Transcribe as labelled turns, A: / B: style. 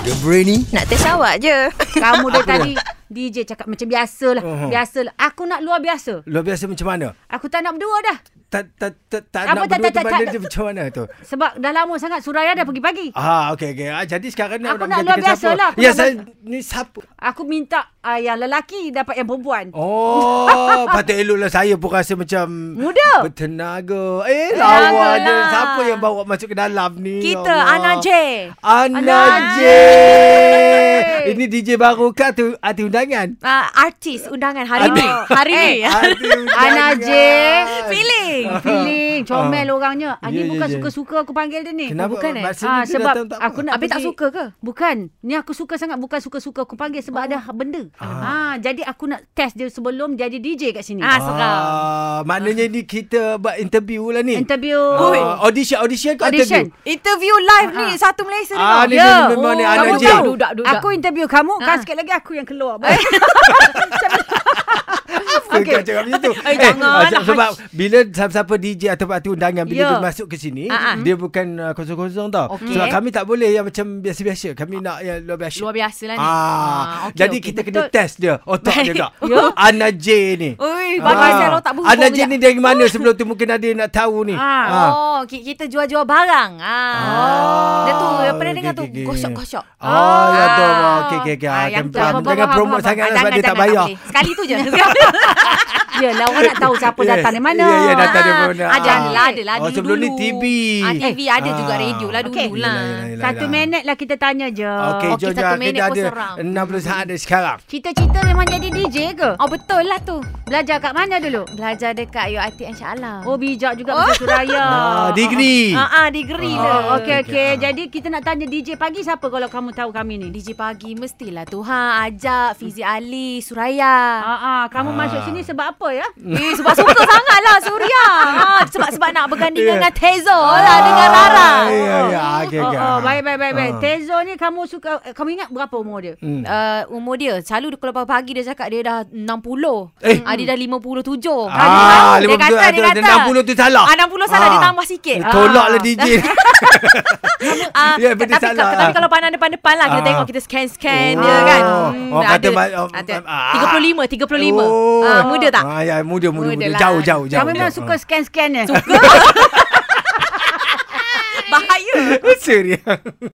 A: Dia berani.
B: Nak test awak je.
C: Kamu dah tadi DJ cakap macam biasalah.
A: Mhm.
C: Biasalah. Aku nak luar biasa.
A: Luar biasa macam mana?
C: Aku tak nak berdua dah.
A: Tak tak tak tak
C: Apa
A: nak
C: tak-
A: berdua
C: tak-
A: teman
C: tak-
A: dia
C: tak-
A: tu macam mana tu?
C: Sebab dah lama sangat Suraya dah pergi pagi.
A: Ah, okey okey. Ah, jadi sekarang ni
C: Aku
A: awak
C: nak
A: menjadikan
C: luar biasa
A: siapa?
C: lah. Aku
A: Ya,
C: nak
A: saya
C: luar-
A: ni siapa?
C: Aku minta uh, yang lelaki dapat yang perempuan.
A: Oh, patut eloklah saya pun rasa macam
C: Muda.
A: Bertenaga. Eh,
C: Tenaga
A: lawa je.
B: lah.
A: Siapa yang bawa masuk ke dalam ni?
B: Kita,
A: Ya Allah.
B: Ana J.
A: Ana
C: Ana
A: J.
C: J.
A: Ini DJ baru ke tu hati undangan?
C: Ah,
B: Uh, artis undangan hari ni.
A: Adik.
B: Hari ni.
A: Hati undangan.
C: Ya. Ana J.
B: Feeling.
C: Feeling comel orangnya. Ah,
A: Ya, ya,
C: ni bukan
A: ya.
C: suka-suka aku panggil dia ni.
A: Kenapa?
B: bukan, eh?
A: Maksudnya
C: Ah,
A: dia datang
C: sebab
A: tak
C: aku
A: apa?
C: nak
B: Habis tak
C: pergi-
B: suka ke?
C: Bukan. Ni aku suka sangat bukan suka-suka aku panggil sebab ada
B: Oh.
C: benda. Ah. jadi aku nak test dia sebelum jadi DJ kat sini.
B: Ah, seram.
A: Ah, maknanya ni kita buat interview lah ni.
C: Eh. Interview.
A: Ah, audition audition ke
C: Audition.
A: interview?
B: Interview live
C: Ah,
B: ni satu Malaysia ni.
A: Ah,
B: tau.
A: ni
C: Ya.
A: yeah. memang ni
B: Oh,
A: Ana
B: kamu
A: J.
B: tahu? Dudak, dudak.
C: Aku interview kamu,
B: Ah.
C: kau sikit lagi aku yang keluar. Baik.
A: Apa kau cakap macam tu?
B: Eh, janganlah.
A: ah, Sebab bila siapa-siapa DJ atau artis undangan bila
C: Ya.
A: dia masuk ke sini,
B: Ah, ah.
A: dia bukan ah, kosong-kosong tau.
B: Okey.
A: Sebab kami tak boleh yang macam biasa-biasa. Kami nak yang luar biasa.
B: Luar biasa lah ni.
A: Ah,
B: okey,
A: jadi
B: okey.
A: kita kena test dia otak dia
B: Baik.
A: kak. Ana J ni. Ah.
B: Ui, bagai saya otak bumbung.
A: Ana J ni dari mana sebelum tu mungkin ada yang nak tahu ni.
C: Ah.
B: Oh, ki- kita jual-jual barang. Ah. Dia tu, yang pernah
A: okey,
B: dengar tu,
A: okey, okey.
B: gosok-gosok.
A: Ah, ah, ya tu.
B: Ah.
A: Okey, okey, okey.
B: Ah,
A: Ah,
B: yang tu.
A: jangan
C: Faham,
A: jangan
C: faham,
A: promote
C: faham,
B: Ah,
A: sangat lah sebab
B: jangan,
A: dia tak
B: jangan,
A: bayar.
B: boleh. Sekali tu je.
C: Yalah, Ya, lah, orang nak tahu siapa
A: Yeah.
C: datang dari mana.
A: Ya, ya, datang dari
B: Ah,
A: mana.
B: Ada
A: Ah.
B: lah, ada lah.
A: Oh,
B: Dulu-dulu.
A: sebelum ni TV.
B: Ah, TV ada juga
A: Ah.
B: radio lah dulu
C: Okey.
B: lah.
A: Yelah, yelah, yelah,
C: Satu
A: yelah.
C: minit lah kita tanya je.
A: Okey,
B: Okey,
A: jom
B: satu
A: jom.
B: minit
A: Kita
B: pun
A: ada
B: seram.
A: 60 saat dari sekarang.
C: Cita-cita memang jadi DJ ke?
B: Oh, betul lah tu.
C: Belajar kat mana dulu?
B: Belajar dekat UIT insyaAllah.
C: Oh, bijak juga oh. Suraya.
A: Ah, degree.
B: Ah, ah degree
C: Oh,
B: lah.
C: okey
A: Okey,
C: okey.
A: ah.
C: Jadi kita nak tanya DJ pagi siapa kalau kamu tahu kami ni?
B: DJ pagi mestilah tu. Ha, ajak Fizi Ali, Suraya.
C: Ah, ah
A: Ah.
C: kamu masuk sini sebab apa ya?
B: Eh, sebab suka sangat lah Surya. Ha, sebab sebab nak berganding dengan Tezo lah dengan Rara.
A: Ah, Ya, ya. Okey, okey.
C: Oh, oh, baik baik baik baik.
A: Ah.
C: Tezo ni kamu suka eh, kamu ingat berapa umur dia?
A: Hmm.
B: Uh, umur dia Selalu dia- kalau pagi-pagi Dia cakap dia dah 60
A: Eh.
B: eh. uh, Dia dah 57 Kan? Dia
A: Ah, lima
B: kata Dia
A: puluh ada-
B: kata
A: ada 60 tu salah.
B: ah, 60 salah Dia tambah sikit
A: Tolaklah DJ.
B: Ah,
A: Ya, benda
B: tapi,
A: salah.
B: salah. tapi kalau pandang depan-depan lah Kita
A: Ah.
B: tengok kita scan-scan
A: Oh.
B: dia kan
A: Oh, kata ba- oh,
B: ada,
A: ah.
B: 35 35 ah, Muda tak?
A: Ah, ya, muda, muda,
B: Muda
A: muda.
B: lah.
A: Jauh, jauh, jauh.
C: Kamu memang
A: jauh.
C: suka ya? scan-scan ni.
B: Bahaya
A: Ah. Serius.